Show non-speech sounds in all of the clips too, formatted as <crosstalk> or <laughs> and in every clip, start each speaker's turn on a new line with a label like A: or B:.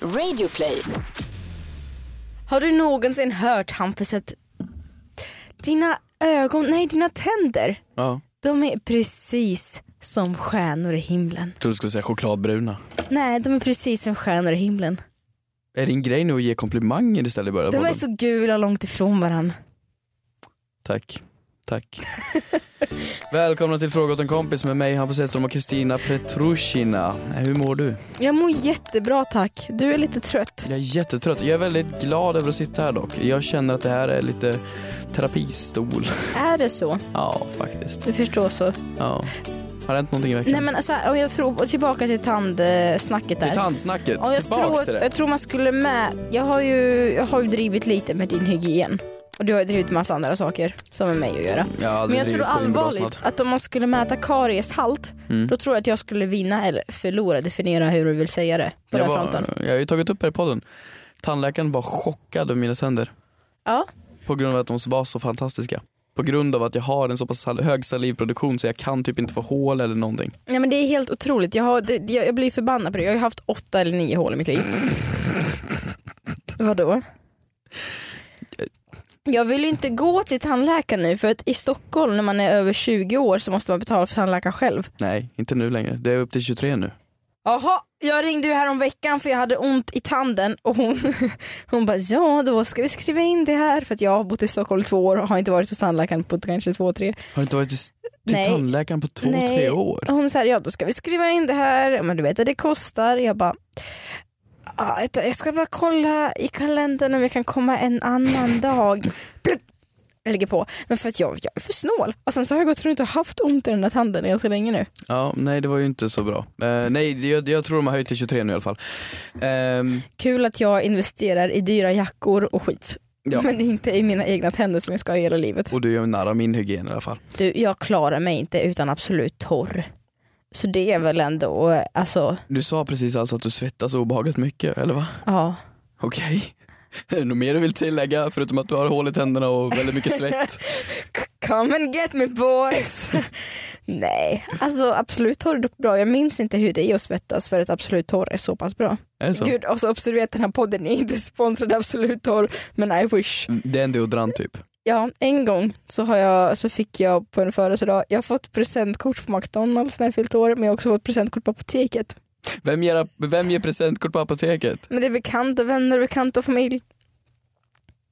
A: Radioplay.
B: Har du någonsin hört Hampus att dina ögon, nej dina tänder,
C: Ja.
B: de är precis som stjärnor i himlen.
C: Jag trodde du skulle säga chokladbruna.
B: Nej, de är precis som stjärnor i himlen.
C: Är din grej nu att ge komplimanger istället i början av
B: De är
C: podden?
B: så gula långt ifrån varandra.
C: Tack. Tack. <laughs> Välkomna till Fråga åt en kompis med mig Hampus Hedström och Kristina Petrushina. Hur mår du?
B: Jag mår jättebra tack. Du är lite trött.
C: Jag är jättetrött. Jag är väldigt glad över att sitta här dock. Jag känner att det här är lite terapistol. <laughs>
B: Är det så?
C: Ja, faktiskt.
B: Du förstår så.
C: Ja. Har det hänt någonting i veckan?
B: Nej men alltså, och jag tror, och tillbaka till tandsnacket där.
C: Till tandsnacket.
B: Och jag
C: Tillbaks
B: tror,
C: till
B: att-
C: det.
B: jag tror man skulle med, jag har ju, jag har ju drivit lite med din hygien. Och du har ju drivit massa andra saker som har med mig att göra.
C: Jag har
B: Men
C: aldrig
B: jag tror
C: drivit på din
B: allvarligt
C: bekostnad.
B: att om man skulle mäta karieshalt
C: Mm.
B: då tror jag att jag skulle vinna eller förlora, definiera hur du vill säga det på
C: Jag,
B: den
C: var,
B: fronten.
C: jag har ju tagit upp det här i podden. Tandläkaren var chockad över mina tänder.
B: Ja.
C: På grund av att de var så fantastiska. På grund av att jag har en så pass sal- hög salivproduktion så jag kan typ inte få hål eller någonting.
B: Nej men det är helt otroligt, jag, har, det, jag, jag blir förbannad på det. Jag har ju haft åtta eller nio hål i
C: <laughs>
B: mitt liv. Vadå? Jag vill ju inte gå till tandläkaren nu för att i Stockholm när man är över 20 år så måste man betala för tandläkaren själv.
C: Nej, inte nu längre. Det är upp till 23 nu.
B: Jaha, jag ringde ju häromveckan för jag hade ont i tanden och hon, <laughs> hon bara ja då ska vi skriva in det här för att jag har bott i Stockholm två år och har inte varit hos tandläkaren på kanske två, tre.
C: Har du inte varit till, till
B: Nej.
C: tandläkaren på två,
B: Nej.
C: tre år?
B: Hon sa ja då ska vi skriva in det här, men du vet att det kostar. Jag bara "Ah, vänta, jag ska bara kolla i kalendern om jag kan komma en annan dag. Plupp. Jag lägger på, men för att jag, jag är för snål. Och sen så har jag gått runt och haft ont i den där tanden ganska länge nu.
C: Ja, nej det var ju inte så bra. Eh, nej, det- jag, jag tror de har höjt till 23 nu i alla fall. Ehm,
B: Kul att jag investerar i dyra jackor och skit.
C: ja.
B: Men inte i mina egna tänder som jag ska ha hela livet.
C: Och du gör narr av min hygien i alla fall.
B: Du, jag klarar mig inte utan absolut torr. Så det är väl ändå, eh, alltså,
C: Du sa precis alltså att du svettas obehagligt mycket, eller va?
B: ja.
C: Okej. <laughs> Är det något mer du vill tillägga förutom att du har hål i tänderna och väldigt
B: <laughs>
C: mycket svett?
B: C- Come and get me
C: <laughs>
B: boys! Nej, alltså absolut torr är dock bra. Jag minns inte hur det är att svettas för att absolut torr är så pass bra.
C: Är det så?
B: Gud, och så observera att den här podden är inte sponsrad av absolut torr, men I wish.
C: Det är en deodorant typ.
B: Ja, en gång så, har jag, så fick jag på en födelsedag, jag har fått presentkort på McDonalds när jag fyllt år, men jag har också fått presentkort på apoteket.
C: Vem ger, vem ger presentkort på apoteket?
B: Men det är bekanta vänner, bekanta och familj.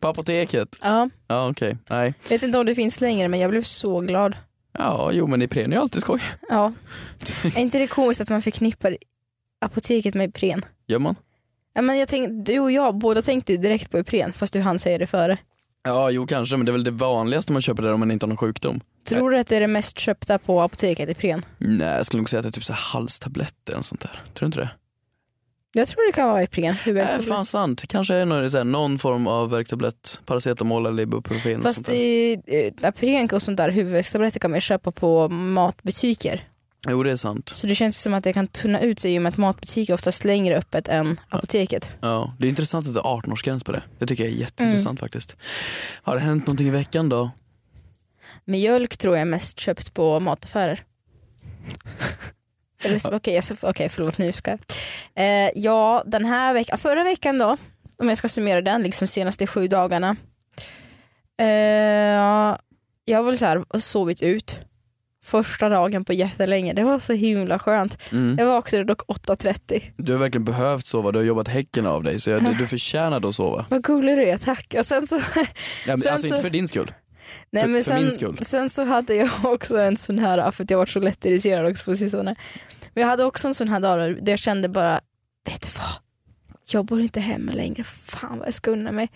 C: På apoteket?
B: Ja.
C: Ja okej, nej.
B: Vet inte om det finns längre men jag blev så glad.
C: Ja, jo men Ipren är ju alltid skoj.
B: Ja. är inte det komiskt att man förknippar apoteket med Ipren?
C: Gör man?
B: Ja, men jag tänk, du och jag båda tänkte ju direkt på Ipren fast du hann säga det före.
C: Ja, jo kanske, men det är väl det vanligaste man köper där om man inte har någon sjukdom.
B: Tror du att det är det mest köpta på apoteket Ipren?
C: Nej, jag skulle nog säga att det är typ så här halstabletter eller sånt där. Tror du inte det?
B: Jag tror det kan vara Ipren. Hur
C: Nej,
B: äh,
C: fan sant. Kanske är det någon, så här, någon form av värktablett, paracetamol eller ibuprofen. och sånt
B: Fast
C: där.
B: i eh, Ipren och sånt där huvudvärkstabletter kan man ju köpa på matbutiker.
C: Jo det är sant.
B: Så det känns som att det kan tunna ut sig i och med att matbutiker är oftast längre öppet än apoteket.
C: Ja, det är intressant att det är 18-årsgräns på det. Det tycker jag är jätteintressant
B: Mm.
C: faktiskt. Har det hänt någonting i veckan då?
B: Mjölk tror jag är mest köpt på mataffärer. Eller så, okej, jag ska- okej, förlåt nu ska jag. Eh, ja, den här veckan, förra veckan då, om jag ska summera den, liksom senaste sju dagarna. Eh, jag har väl så här sovit ut första dagen på jättelänge, det var så himla skönt.
C: Mm.
B: Jag vaknade dock 8.30.
C: Du har verkligen behövt sova, du har jobbat häcken av dig så jag, du, du förtjänade att sova.
B: Vad gullig du är, tack. Och sen så
C: Ja, men,
B: Sen
C: alltså
B: så-
C: inte för din skull.
B: Nej,
C: För-
B: men
C: för
B: sen,
C: min skull.
B: sen så hade jag <laughs> också en sån här, för att jag varit så lätt irriterad också på sistone. Men jag hade också en sån här dag där jag kände bara, vet du vad? Jag bor inte hemma längre, fan vad jag ska unna mig.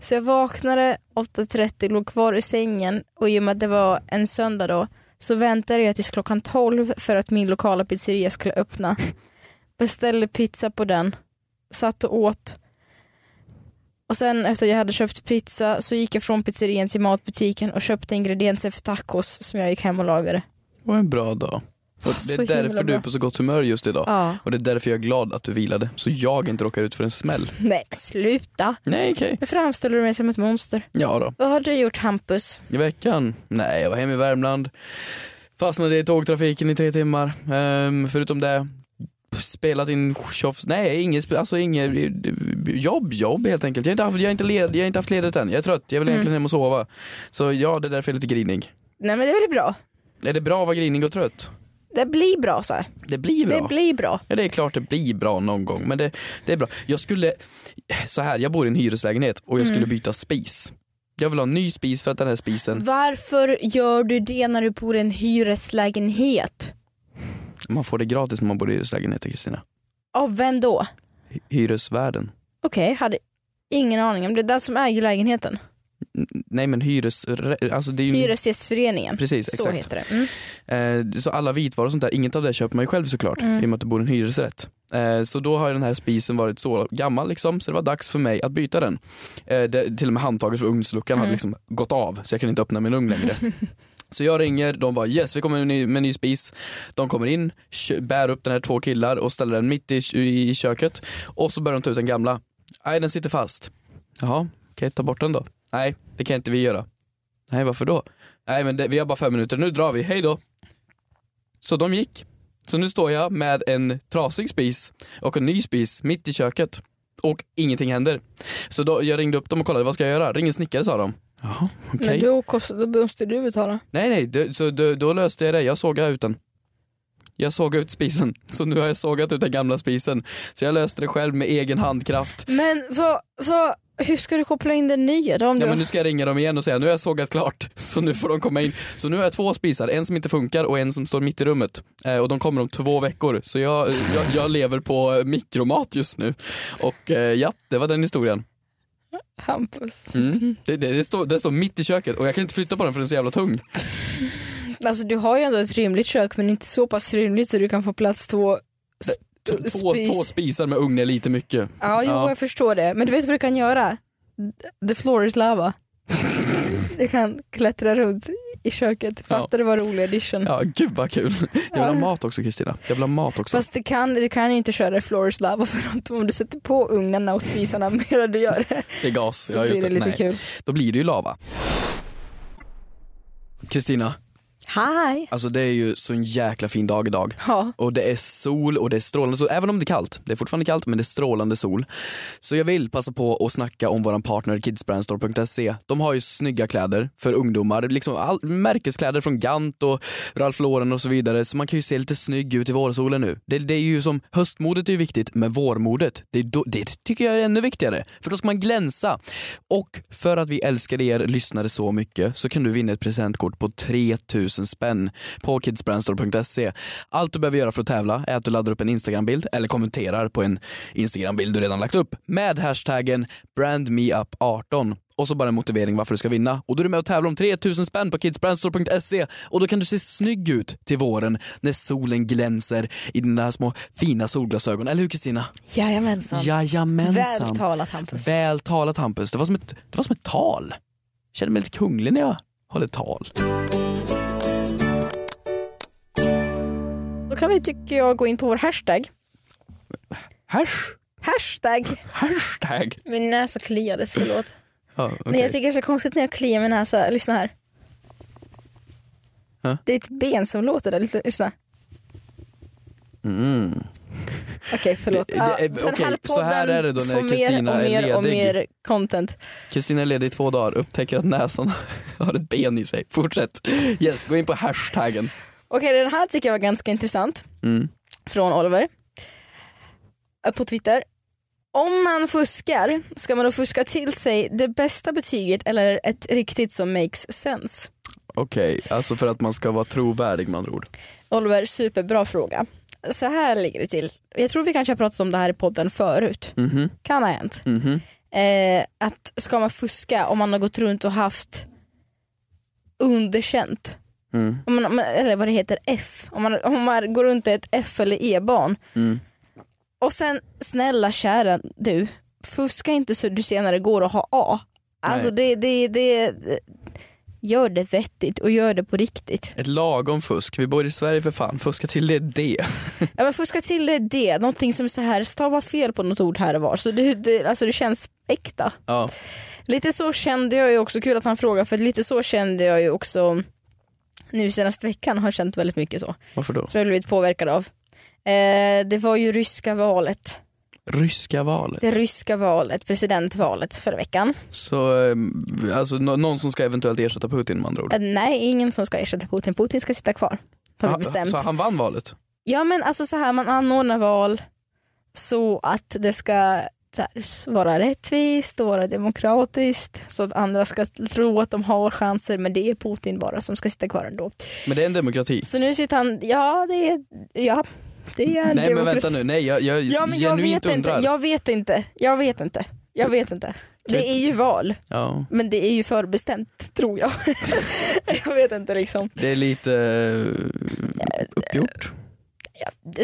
B: Så jag vaknade 8.30, låg kvar i sängen och i och med att det var en söndag då så väntade jag tills klockan 12 för att min lokala pizzeria skulle öppna. Beställde pizza på den, satt och åt. Och sen efter jag hade köpt pizza så gick jag från pizzerian till matbutiken och köpte ingredienser för tacos som jag gick hem och lagade.
C: Det var en bra dag. Och
B: Åh,
C: det
B: så
C: är
B: himla
C: därför du är
B: bra.
C: på så gott humör just idag.
B: Ja.
C: Och det är därför jag är glad att du vilade, så jag inte råkar ut för en smäll.
B: Nej, sluta.
C: Nej okej.
B: Nu framställer du mig som ett monster.
C: Ja då.
B: Vad har du gjort Hampus?
C: I veckan? Nej, jag var hemma i Värmland. Fastnade i tågtrafiken i tre timmar. Ehm, förutom det, spelat in tjofs, nej inget, spe- alltså inget jobb, jobb helt enkelt. Jag har inte haft, jag har inte, led, jag har inte haft ledigt än, jag är trött, jag vill
B: Mm.
C: egentligen hem och sova. Så ja, det är därför jag är lite grinig.
B: Nej men det blir bra.
C: Är det bra att vara grinig och trött?
B: Det blir bra så här.
C: Det blir bra.
B: Det blir bra.
C: Ja, det är klart det blir bra någon gång, men det, det är bra. Jag skulle, så här, jag bor i en hyreslägenhet och jag
B: Mm.
C: skulle byta spis. Jag vill ha en ny spis för att den här spisen,
B: Varför gör du det när du bor i en hyreslägenhet?
C: man får det gratis när man bor i hyreslägenheter Kristina.
B: Av vem då?
C: Hy- Hyresvärden.
B: Okej, hade ingen aning om det. är den som äger lägenheten.
C: N- Nej men hyres, re- alltså det är ju,
B: Hyresgästföreningen.
C: precis
B: så
C: exakt.
B: heter det. Mm.
C: Eh, så alla vitvaror och sånt där, inget av det köper man ju själv såklart
B: Mm.
C: i och med att du bor i en hyresrätt. Eh, så då har ju den här spisen varit så gammal liksom, så det var dags för mig att byta den. Eh, det, till och med handtaget för ugnsluckan hade
B: Mm.
C: liksom gått av så jag kunde inte öppna min ugn längre. Så jag ringer, de bara yes vi kommer med en ny, med en ny spis. De kommer in, kö- bär upp den här två killar och ställer den mitt i, i köket och så börjar de ta ut den gamla. Nej den sitter fast. Jaha, kan jag ta bort den då? Nej det kan inte vi göra. Nej varför då? Nej men det, vi har bara fem minuter, nu drar vi, hej då. Så de gick. Så nu står jag med en trasig spis och en ny spis mitt i köket. Och ingenting händer. Så då, jag ringde upp dem och kollade, vad ska jag göra? Ring en snickare sa de. Jaha, okej.
B: Men då, kostar, då måste du betala.
C: Nej nej, det, så då, då löste jag det. Jag sågade ut den. Jag sågade ut spisen. Så nu har jag sågat ut den gamla spisen. Så jag löste det själv med egen handkraft.
B: Men vad, vad, hur ska du koppla in den nya då? Om
C: Ja
B: du...
C: men nu ska jag ringa dem igen och säga nu har jag sågat klart. <laughs> Så nu får de komma in. Så nu har jag två spisar, en som inte funkar och en som står mitt i rummet. Eh, och de kommer om två veckor. Så jag, jag, jag lever på mikromat just nu. Och eh, ja, det var den historien.
B: Hampus.
C: Mm. Det, det, det, står, det står mitt i köket och jag kan inte flytta på den för den är så jävla tung.
B: Alltså du har ju ändå ett rymligt kök men inte så pass rymligt så du kan få plats två s-
C: T-
B: t-
C: Två,
B: spis. Mm.
C: två spisar med ugn är lite mycket.
B: Ja, jo,
C: Ja.
B: jag förstår det. Men du vet vad du kan göra? The floor is lava.
C: <laughs>
B: du kan klättra runt i köket. Fattar du vad rolig edition?
C: Ja, gud vad kul. Jag vill ha mat också Kristina. Jag vill ha mat också.
B: Fast det kan, du kan ju inte köra floor is lava för att om du sätter på ugnarna och spisarna <laughs> medan du gör det
C: det är gas.
B: så
C: Ja, just
B: blir det lite
C: Nej.
B: kul.
C: Då blir det ju lava. Kristina,
B: Hi!
C: alltså det är ju så en jäkla fin dag idag.
B: Ja,
C: Och det är sol och det är strålande sol, även om det är kallt. Det är fortfarande kallt men det är strålande sol. Så jag vill passa på att snacka om våran partner kidsbrandstore.se. De har ju snygga kläder för ungdomar, liksom all, märkeskläder från Gant och Ralph Lauren och så vidare. Så man kan ju se lite snygg ut i vårsolen nu. Det, det är ju som, höstmodet är ju viktigt men vårmodet, det, är då, det tycker jag är ännu viktigare. För då ska man glänsa. Och för att vi älskar er lyssnare så mycket så kan du vinna ett presentkort på 3000 spänn på kidsbrandstore.se. Allt du behöver göra för att tävla är att du laddar upp en Instagram-bild eller kommenterar på en Instagram-bild du redan lagt upp med hashtaggen brandmeup18 och så bara en motivering varför du ska vinna. Och då är du med och tävlar om 3000 spänn på kidsbrandstore.se och då kan du se snygg ut till våren när solen glänser i dina små fina solglasögon. Eller hur Kristina?
B: jajamensan.
C: Jajamensan.
B: Väl talat Hampus.
C: Väl talat Hampus, det var som ett, det var som ett tal. Jag kände mig lite kunglig när jag höll ett tal.
B: Då kan vi tycker jag gå in på vår hashtag.
C: Hash,
B: Hashtag!
C: hashtag.
B: Min näsa kliades, förlåt.
C: Ja,
B: Men
C: okej.
B: jag tycker det är så konstigt när jag kliar min näsa. Lyssna här.
C: Ja.
B: Det är ett ben som låter där. Lite- Lyssna.
C: Mm.
B: Okej, förlåt.
C: Det-
B: Ja,
C: det-
B: den
C: okej,
B: här
C: så här
B: podden
C: är det då när
B: får mer
C: Kristina
B: och
C: är
B: mer och
C: ledig.
B: mer content.
C: Kristina är ledig i två dagar, upptäcker att näsan <laughs> har ett ben i sig. Fortsätt. Yes, gå in på hashtaggen.
B: Okej, den här tycker jag var ganska intressant.
C: Mm.
B: Från Oliver. Eh, På Twitter. Om man fuskar, ska man då fuska till sig det bästa betyget eller ett riktigt som makes sense?
C: Okej, alltså för att man ska vara trovärdig med andra ord.
B: Oliver, superbra fråga. Så här ligger det till. Jag tror vi kanske har pratat om det här i podden förut.
C: Mhm,
B: Kan ha hänt.
C: mhm.
B: eh, att ska man fuska om man har gått runt och haft underkänt,
C: Mm,
B: om man, om- eller vad det heter, F. Om man, om man går runt i ett F eller E-barn.
C: mm.
B: Och sen snälla kära du, fuska inte så du senare går och har A. Alltså det, det, det, gör det vettigt och gör det på riktigt.
C: Ett lagom fusk. Vi bor i Sverige för fan. Fuska till det, det.
B: Ja, men fuska till det, det, någonting som är så här, stava fel på något ord här och var. Så det, det, alltså det känns äkta.
C: Ja.
B: Lite så kände jag ju också, kul att han frågar, för lite så kände jag ju också nu senaste veckan har jag känt väldigt mycket så.
C: Varför då?
B: Som jag blivit påverkad av. Eh, det var ju ryska valet.
C: Ryska valet.
B: Det ryska valet, presidentvalet förra veckan.
C: Så eh, alltså, nå- någon som ska eventuellt ersätta Putin med andra ord.
B: Eh, nej, ingen som ska ersätta Putin. Putin ska sitta kvar. Har vi
C: Ha-
B: bestämt.
C: Ah, Så han vann valet?
B: Ja men alltså så här man anordnar val så att det ska så här, vara rättvist och vara demokratiskt så att andra ska tro att de har chanser men det är Putin bara som ska sitta kvar ändå.
C: Men det är en demokrati.
B: Så nu sitter han, ja det är, ja det är en
C: Nej men
B: demokrati.
C: vänta nu, nej jag, jag,
B: Ja, men jag
C: genuint
B: vet inte,
C: undrar.
B: jag vet inte, jag vet inte, jag vet inte.
C: Typ.
B: Det är ju val,
C: Ja,
B: men det är ju förbestämt tror jag. <laughs> jag vet inte liksom.
C: det är lite eh, uppgjort.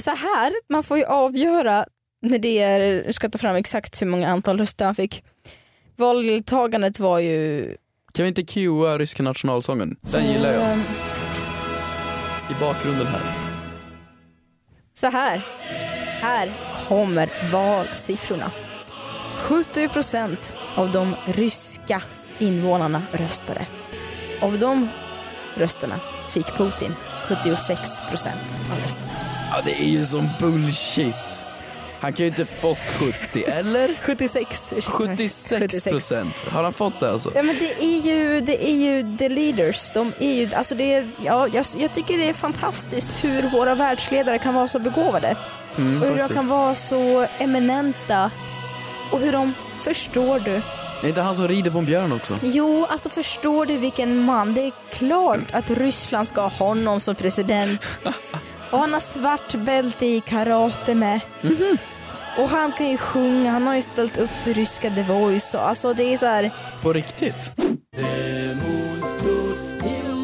B: så här, man får ju avgöra när det är, jag ska ta fram exakt hur många antal röster han fick. Valdeltagandet var ju...
C: Kan vi inte cuea ryska nationalsången? Den gillar jag.
B: Ehm,
C: I bakgrunden här.
B: Så här, här kommer valsiffrorna. 70% av de ryska invånarna röstade. Av de rösterna fick Putin 76% av rösterna.
C: Ja det är ju som bullshit. Han kan ju inte fått 70, eller?
B: 76, ursäkta mig.
C: 76 procent. Har han fått det alltså?
B: Ja men det är ju, det är ju the leaders. De är ju, alltså det är, ja, jag, jag tycker det är fantastiskt hur våra världsledare kan vara så begåvade.
C: Mm,
B: Och hur de
C: faktiskt.
B: kan vara så eminenta. Och hur de, förstår du?
C: Är inte han som rider på en björn också?
B: Jo, alltså förstår du vilken man? Det är klart att Ryssland ska ha honom som president. Och han har svart bälte i karate med. Och han kan ju sjunga, han har ju ställt upp i ryska The Voice. Och alltså det är så här...
C: På riktigt?
A: The moon stood still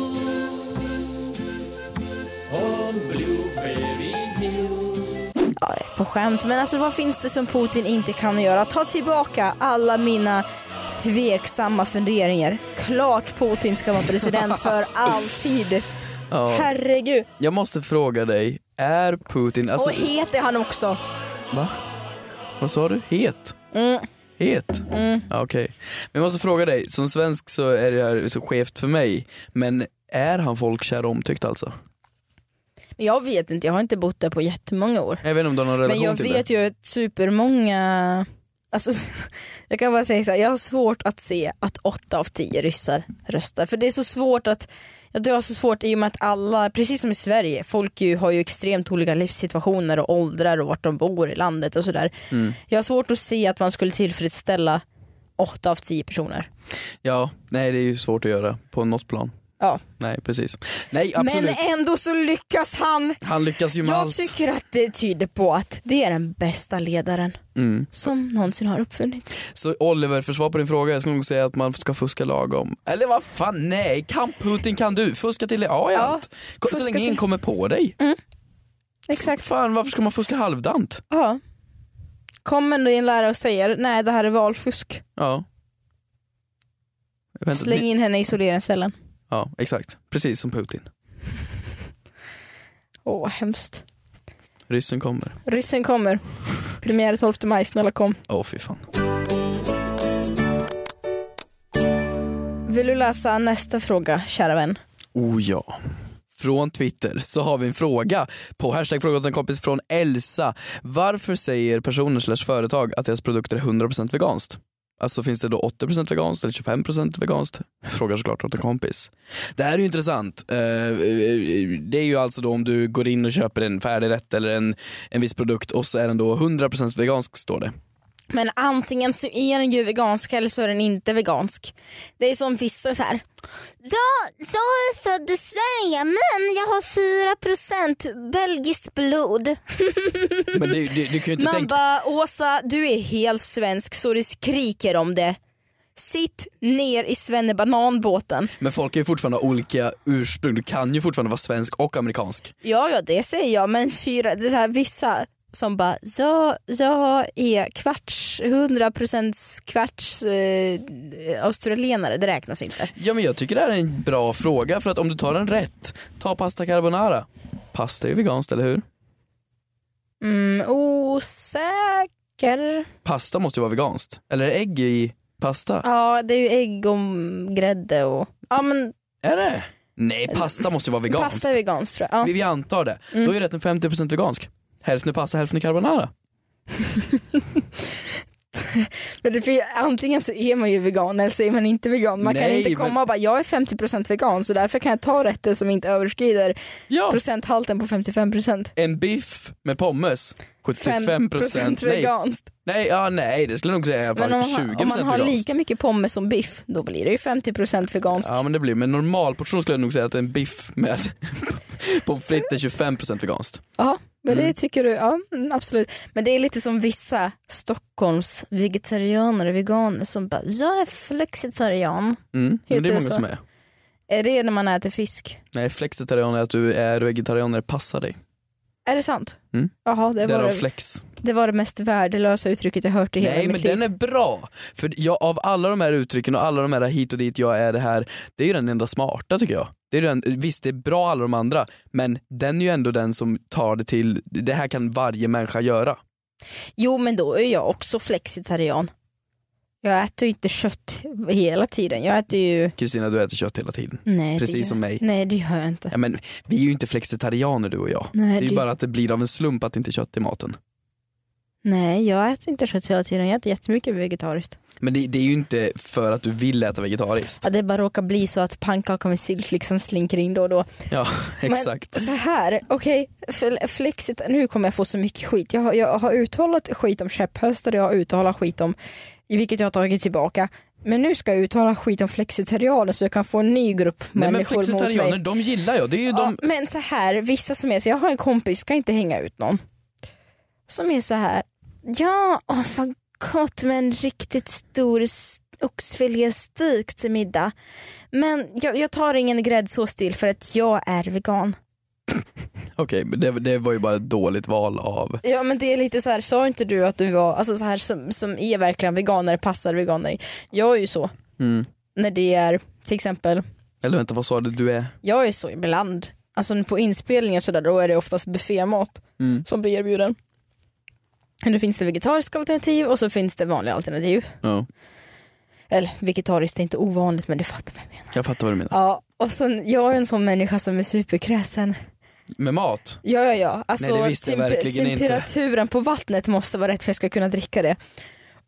A: on Blueberry Hill.
B: ja, på skämt, men alltså vad finns det som Putin inte kan göra? Ta tillbaka alla mina tveksamma funderingar. Klart Putin ska vara
C: <laughs>
B: president för alltid.
C: Ja.
B: Herregud.
C: Jag måste fråga dig, är Putin... Alltså,
B: Och het är han också.
C: va? Vad sa du? Het?
B: Mm.
C: Het? Ja, Okej. Men jag måste fråga dig, som svensk så är det här så skevt för mig, men är han folkkär och omtyckt alltså?
B: Men Jag vet inte, jag har inte bott där på jättemånga år.
C: Jag vet inte om du har
B: Men
C: någon relation
B: jag
C: till
B: vet
C: det.
B: ju att supermånga, alltså, <laughs> jag kan bara säga så här, jag har svårt att se att åtta av tio ryssar röstar. För det är så svårt att, jag tror jag har så svårt i och med att alla, precis som i Sverige, folk ju, har ju extremt olika livssituationer och åldrar och vart de bor i landet och sådär.
C: Mm.
B: Jag har svårt att se att man skulle tillfredsställa åtta av tio personer.
C: Ja, nej det är ju svårt att göra på något plan.
B: Ja.
C: Nej precis. Nej absolut,
B: Men ändå så lyckas han!
C: han lyckas ju med
B: Jag
C: allt.
B: tycker att det tyder på att det är den bästa ledaren
C: Mm.
B: som någonsin har uppfunnits.
C: Så Oliver, för svar på din fråga, jag skulle nog säga att man ska fuska lagom. Eller vad fan, nej! Kan Putin kan du. Fuska till dig, ja,
B: Ja,
C: ja. Så
B: fuska
C: länge ingen
B: till-
C: kommer på dig.
B: Exakt.
C: Fan, varför ska man fuska halvdant?
B: Ja. Kommer din lärare och säger nej det här är valfusk,
C: Ja. Vänta,
B: släng
C: ni-
B: in henne i isoleringscellen.
C: Ja, exakt. Precis som Putin.
B: Åh vad hemskt.
C: Ryssen kommer.
B: Ryssen kommer. Premiär 12 maj, snälla kom.
C: Åh fy fan.
B: Vill du läsa nästa fråga kära vän?
C: Oh ja. Från Twitter så har vi en fråga på hashtag fråga åt en kompis från Elsa. Varför säger personer slash företag att deras produkter är 100% veganskt? Alltså finns det då 80% veganskt eller 25% veganskt? Frågar såklart åt en kompis. Det här är ju intressant. Eh, eh, eh, Det är ju alltså då om du går in och köper en färdigrätt eller en, en viss produkt och så är den då 100% vegansk står det.
B: Men antingen så är den ju vegansk eller så är den inte vegansk. Det är som vissa så här. Jag, jag är född i Sverige men jag har 4% belgiskt blod.
C: Men du, du, du kan ju inte
B: Man
C: tänka...
B: bara, Åsa du är helt svensk så det skriker om det. Sitt ner i svennebananbåten.
C: Men folk är ju fortfarande av olika ursprung. Du kan ju fortfarande vara svensk och amerikansk.
B: Ja, ja det säger jag men fyra, det är så här, vissa som bara jag, jag är kvarts, 100% kvarts eh, australienare, det räknas inte.
C: Ja men jag tycker det här är en bra fråga för att om du tar den rätt, ta pasta carbonara. Pasta är ju veganskt eller hur?
B: Mm, osäker.
C: Pasta måste ju vara veganskt. Eller är ägg i pasta?
B: Ja det är ju ägg och grädde och ja men
C: Är det? Nej pasta måste ju vara veganskt.
B: pasta är veganskt tror jag.
C: Vi,
B: Ja.
C: vi antar det. Då är rätten 50% vegansk. Hälften är pasta, hälften är carbonara.
B: Men det, för antingen så är man ju vegan eller så är man inte vegan. Man kan
C: Nej,
B: inte komma
C: men-
B: och bara jag är 50% vegan så därför kan jag ta rätter som inte överskrider
C: Ja!
B: procenthalten på 55%.
C: En biff med pommes, 75 procent.
B: 5%
C: Nej,
B: veganskt.
C: nej, ja, nej, det skulle jag nog säga i alla
B: Men om
C: fall
B: man,
C: 20
B: har, om man
C: procent
B: har
C: veganskt.
B: lika mycket pommes som biff då blir det ju 50% veganskt.
C: Ja men det blir, men normalportion skulle jag nog säga att en biff med <laughs> pommes frites är 25% veganskt.
B: Ja, men det
C: Mm.
B: tycker du, ja mm, absolut. Men det är lite som vissa Stockholms vegetarianer och veganer som bara jag är flexitarian.
C: Mm. Men det
B: Heter
C: är
B: det
C: många
B: så?
C: som är.
B: Är det när man äter fisk?
C: Nej flexitarian är att du är vegetarian när det passar dig.
B: Är det sant?
C: Mm.
B: Jaha, det var
C: Därav
B: det,
C: flex.
B: det var det mest värdelösa uttrycket jag hört i hela
C: Nej
B: mitt
C: men
B: liv.
C: den är bra. För jag, av alla de här uttrycken och alla de här hit och dit, jag är det här, det är ju den enda smarta tycker jag. Det är den, visst det är bra alla de andra, men den är ju ändå den som tar det till, det här kan varje människa göra.
B: Jo men då är jag också flexitarian. Jag äter ju inte kött hela tiden. Jag äter ju...
C: Kristina du äter kött hela tiden.
B: Nej, det gör...
C: Precis som mig.
B: Nej det gör jag inte.
C: Ja, men, vi är ju inte flexitarianer du och jag.
B: Nej,
C: Det är
B: det-
C: ju bara att det blir av en slump att det inte är kött i maten.
B: Nej jag äter inte kött hela tiden. Jag äter jättemycket vegetariskt.
C: Men det, det är ju inte för att du vill äta vegetariskt.
B: Ja, det bara råkar bli så att pannkaka med sylt liksom slinker in då och då.
C: Ja, <laughs> exakt.
B: Men så här, okej, okay, flexit, nu kommer jag få så mycket skit. Jag har, jag har uttalat skit om käpphästar, jag har uttalat skit om, i vilket jag har tagit tillbaka. Men nu ska jag uttala skit om flexitarianer så jag kan få en ny grupp
C: Nej, men
B: människor mot
C: flexitarianer,
B: mig.
C: de gillar jag. Det är ju
B: Ja,
C: de...
B: men så här, vissa som är så, jag har en kompis, ska inte hänga ut någon. Som är så här, ja, åh vad gott med en riktigt stor s- oxfiléstek till middag. Men jag, jag tar ingen gräddsås till för att jag är vegan.
C: Okej, men det, det var ju bara ett dåligt val av...
B: Ja men det är lite så här, sa inte du att du var, alltså så här som, som är verkligen veganer, passar veganer. Jag är ju så
C: Mm.
B: när det är till exempel,
C: Eller vänta, vad sa du? Du är...
B: jag är så ibland. Alltså på inspelningar sådär då är det oftast buffémat
C: Mm.
B: som blir erbjuden. Men då finns det vegetariska alternativ och så finns det vanliga alternativ.
C: Ja,
B: Eller vegetariskt är inte ovanligt men du fattar vad jag menar.
C: jag fattar vad du menar.
B: Ja och sen jag är en sån människa som är superkräsen.
C: Med mat?
B: Ja ja ja, alltså
C: Nej, det visste jag
B: tempe-
C: verkligen inte.
B: temperaturen på vattnet måste vara rätt för att jag ska kunna dricka det.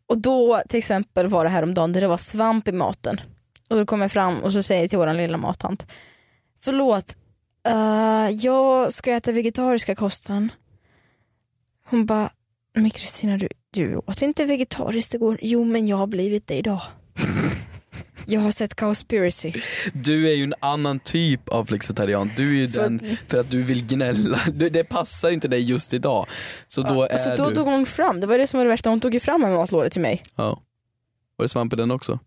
B: Och då till exempel var det häromdagen där det var svamp i maten. Och då kom jag fram och så säger jag till våran lilla mattant. Förlåt, eh, jag ska äta vegetariska kosten. Hon bara, men Kristina du, du åt inte vegetariskt igår. Jo men jag har blivit det idag. <laughs> jag har sett Cowspiracy.
C: Du är ju en annan typ av flexitarian. Du är ju
B: För-
C: den för att du vill gnälla. <laughs> Du, det passar inte dig just idag. Så alltså då
B: Ja, så
C: är
B: Alltså, då
C: du...
B: tog hon fram, det var det som var det värsta, hon tog ju fram en matlåda till mig.
C: Ja. Var det svamp i den också?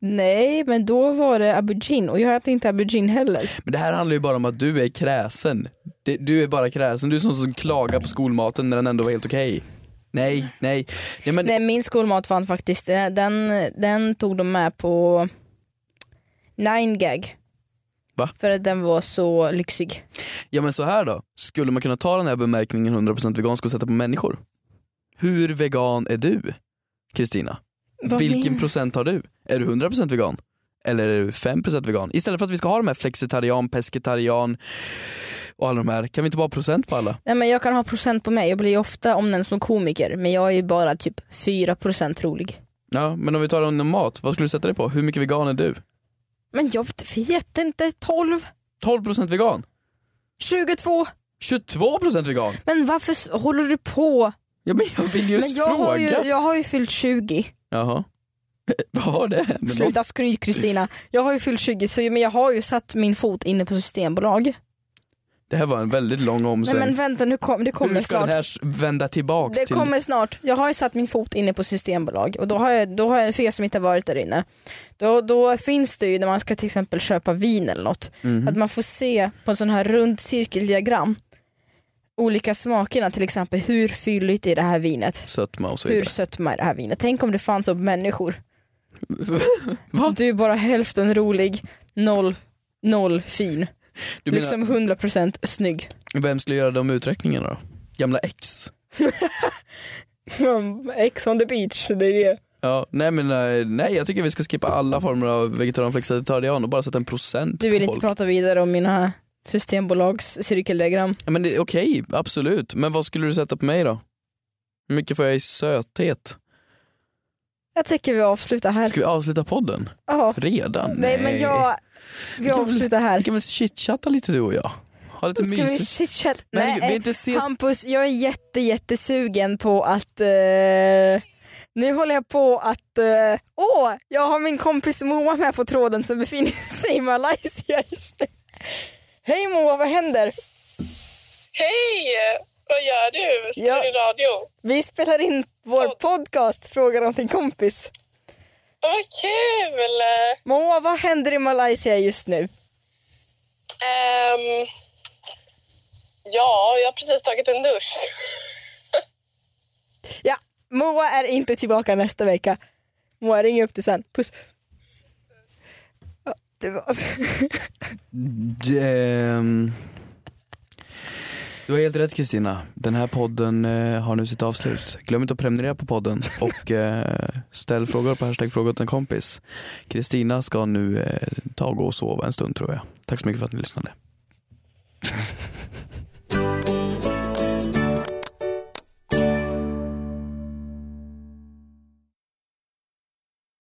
B: Nej, men då var det aubergine och jag äter inte aubergine heller.
C: Men det här handlar ju bara om att du är kräsen. Det- Du är bara kräsen. Du är sån som klagar på skolmaten när den ändå var helt okej. Nej, nej. Ja, men,
B: Nej, min skolmat fann faktiskt, den, den tog de med på nine gag.
C: Va?
B: För att den var så lyxig.
C: ja men så här då. Skulle man kunna ta den här bemärkningen 100% vegansk och sätta på människor? Hur vegan är du? Kristina, vilken procent har du? Är du 100% vegan? Eller är du 5% vegan? Istället för att vi ska ha de här flexitarian, pescetarian och alla de här. Kan vi inte bara ha procent på alla?
B: Nej, men jag kan ha procent på mig, jag blir ju ofta omnämnd som komiker men jag är ju bara typ 4% rolig.
C: Ja, men om vi tar det om mat, vad skulle du sätta dig på? Hur mycket vegan är du?
B: Men jag vet inte, 12,
C: 12% vegan?
B: 22,
C: 22% vegan?
B: men varför s- håller du på?
C: Ja, men jag vill just
B: men jag
C: fråga.
B: har, ju, jag har ju fyllt 20.
C: Jaha. <laughs> Vad har det med något?
B: Sluta skryt Kristina. Jag har ju fyllt 20 så, men jag har ju satt min fot inne på systembolag.
C: Det här var en väldigt lång
B: Nej
C: omsväng.
B: men vänta nu kom, det kommer
C: Hur ska
B: snart.
C: den här s- vända tillbaks
B: Det
C: till...
B: kommer snart. Jag har ju satt min fot inne på systembolag och då har jag, då har jag för er som inte har varit där inne. Då, då finns det ju när man ska till exempel köpa vin eller något.
C: Mhm.
B: Att man får se på en sån här rund cirkeldiagram olika smakerna till exempel hur fylligt är det här vinet?
C: Sötma och så
B: Hur
C: vidare.
B: sötma är det här vinet? Tänk om det fanns upp människor.
C: <laughs> Va?
B: Du är bara hälften rolig, noll, noll fin.
C: Du menar,
B: liksom 100% snygg.
C: vem skulle göra de uträkningarna då? Gamla ex?
B: Ex on the beach, det är det.
C: Ja, nej men eh, nej jag tycker vi ska skippa alla former av vegetarian, flexitarian och bara sätta en procent
B: Du vill
C: på
B: inte
C: folk.
B: prata vidare om mina Systembolags cirkeldiagram.
C: Ja, men det är okej, absolut. Men vad skulle du sätta på mig då? Hur mycket får jag i söthet?
B: Jag tycker vi avslutar här.
C: Ska vi avsluta podden?
B: Ja.
C: Redan?
B: Nej men jag, vi
C: kan väl-
B: avslutar
C: Vi
B: här.
C: kan väl chitchatta lite du och jag? Ha lite
B: Ska vi
C: mysigt.
B: chitchat?
C: Nej, vi
B: Nej,
C: inte ses.
B: Hampus, jag är jätte jättesugen på att eh, nu håller jag på att, eh, åh, jag har min kompis Moa med på tråden som befinner sig i Malaysia just nu. Hej Moa, vad händer?
D: Hej! Vad gör du? Spelar
B: Ja.
D: du radio?
B: Vi spelar in vår podcast Fråga någonting kompis.
D: Vad kul!
B: Moa, vad händer i Malaysia just nu?
D: Ehm, ja, jag har precis tagit en dusch.
B: Ja, Moa är inte tillbaka nästa vecka. Moa, ring upp dig sen. Puss. Ja, det var...
C: Ehm, Du har helt rätt Kristina. Den här podden eh, har nu sitt avslut. Glöm inte att prenumerera på podden och eh, ställ frågor på hashtag fråga åt en kompis. Kristina ska nu eh, ta och gå och sova en stund tror jag. Tack så mycket för att ni lyssnade.